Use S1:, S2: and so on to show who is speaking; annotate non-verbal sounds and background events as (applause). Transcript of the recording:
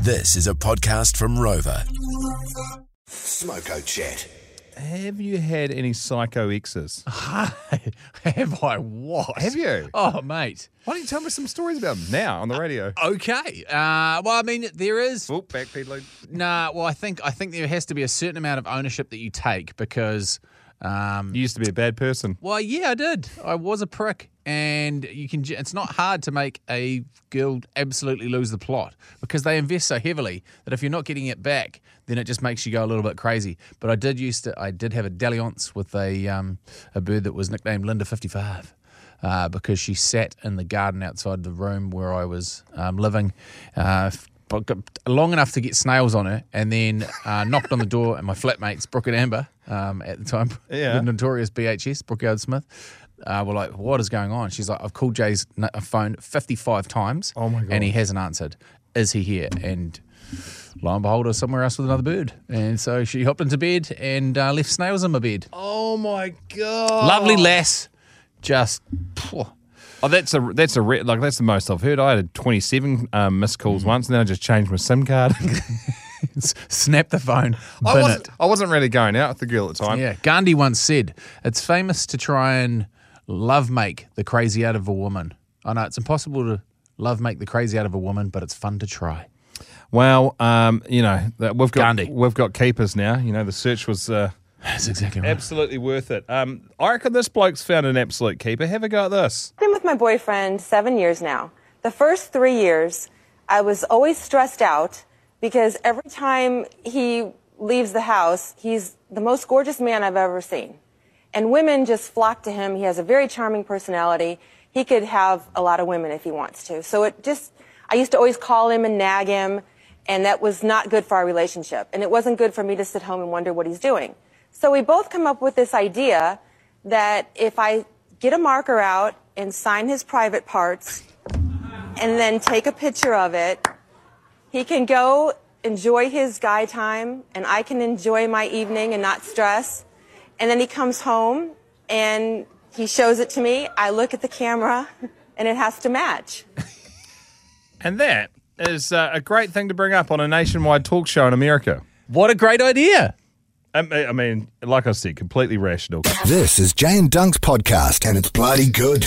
S1: This is a podcast from Rover.
S2: Smoko Chat.
S3: Have you had any psycho exes?
S4: (laughs) Have I what?
S3: Have you?
S4: Oh, mate.
S3: Why don't you tell me some stories about them now on the radio?
S4: Okay. Uh, well, I mean, there is.
S3: Oh, backpedaling.
S4: Nah. Well, I think I think there has to be a certain amount of ownership that you take because. Um,
S3: You used to be a bad person.
S4: well, yeah, I did. I was a prick, and you can. ju- It's not hard to make a girl absolutely lose the plot because they invest so heavily that if you're not getting it back, then it just makes you go a little bit crazy. But I did used to. I did have a dalliance with a um, a bird that was nicknamed Linda Fifty Five. uh, because she sat in the garden outside the room where I was um, living. Uh, f- but got- long enough to get snails on her, and then uh, knocked on the door. And my flatmates, Brooke and Amber, um, at the time,
S3: Yeah.
S4: the notorious BHS, Brooke Yard Smith, uh, were like, "What is going on?" She's like, "I've called Jay's n- uh, phone fifty-five times,
S3: Oh my God.
S4: and he hasn't answered. Is he here?" And lo and behold, I was somewhere else with another bird. And so she hopped into bed and uh, left snails in my bed.
S3: Oh my god.
S4: Lovely lass, just. phew,
S3: Oh, that's a that's a re- like that's the most I've heard. I had 27 um, missed calls once, and then I just changed my SIM card. (laughs) uh,
S4: S- snap the phone,
S3: I
S4: bin
S3: wasn't
S4: it.
S3: I wasn't really going out with the girl at the time.
S4: Yeah, Gandhi once said, "It's famous to try and love make the crazy out of a woman." I know it's impossible to love make the crazy out of a woman, but it's fun to try. (sighs)
S3: Well, um, you know that we've got
S4: Gandhi.
S3: we've got keepers now. You know the search was. Uh,
S4: That's exactly right.
S3: Absolutely worth it. Um, I reckon this bloke's found an absolute keeper. Have a go at this.
S5: I've been with my boyfriend seven years now. The first three years, I was always stressed out because every time he leaves the house, he's the most gorgeous man I've ever seen. And women just flock to him. He has a very charming personality. He could have a lot of women if he wants to. So it just, I used to always call him and nag him, and that was not good for our relationship. And it wasn't good for me to sit home and wonder what he's doing. So we both come up with this idea that if I get a marker out and sign his private parts and then take a picture of it, he can go enjoy his guy time and I can enjoy my evening and not stress. And then he comes home and he shows it to me. I look at the camera (laughs) and it has to match.
S3: And that is uh, a great thing to bring up on a nationwide talk show in America.
S4: What a great idea!
S3: Um, I I mean, like I said, completely rational.
S2: This is Jay and Dunk's podcast, and it's bloody good.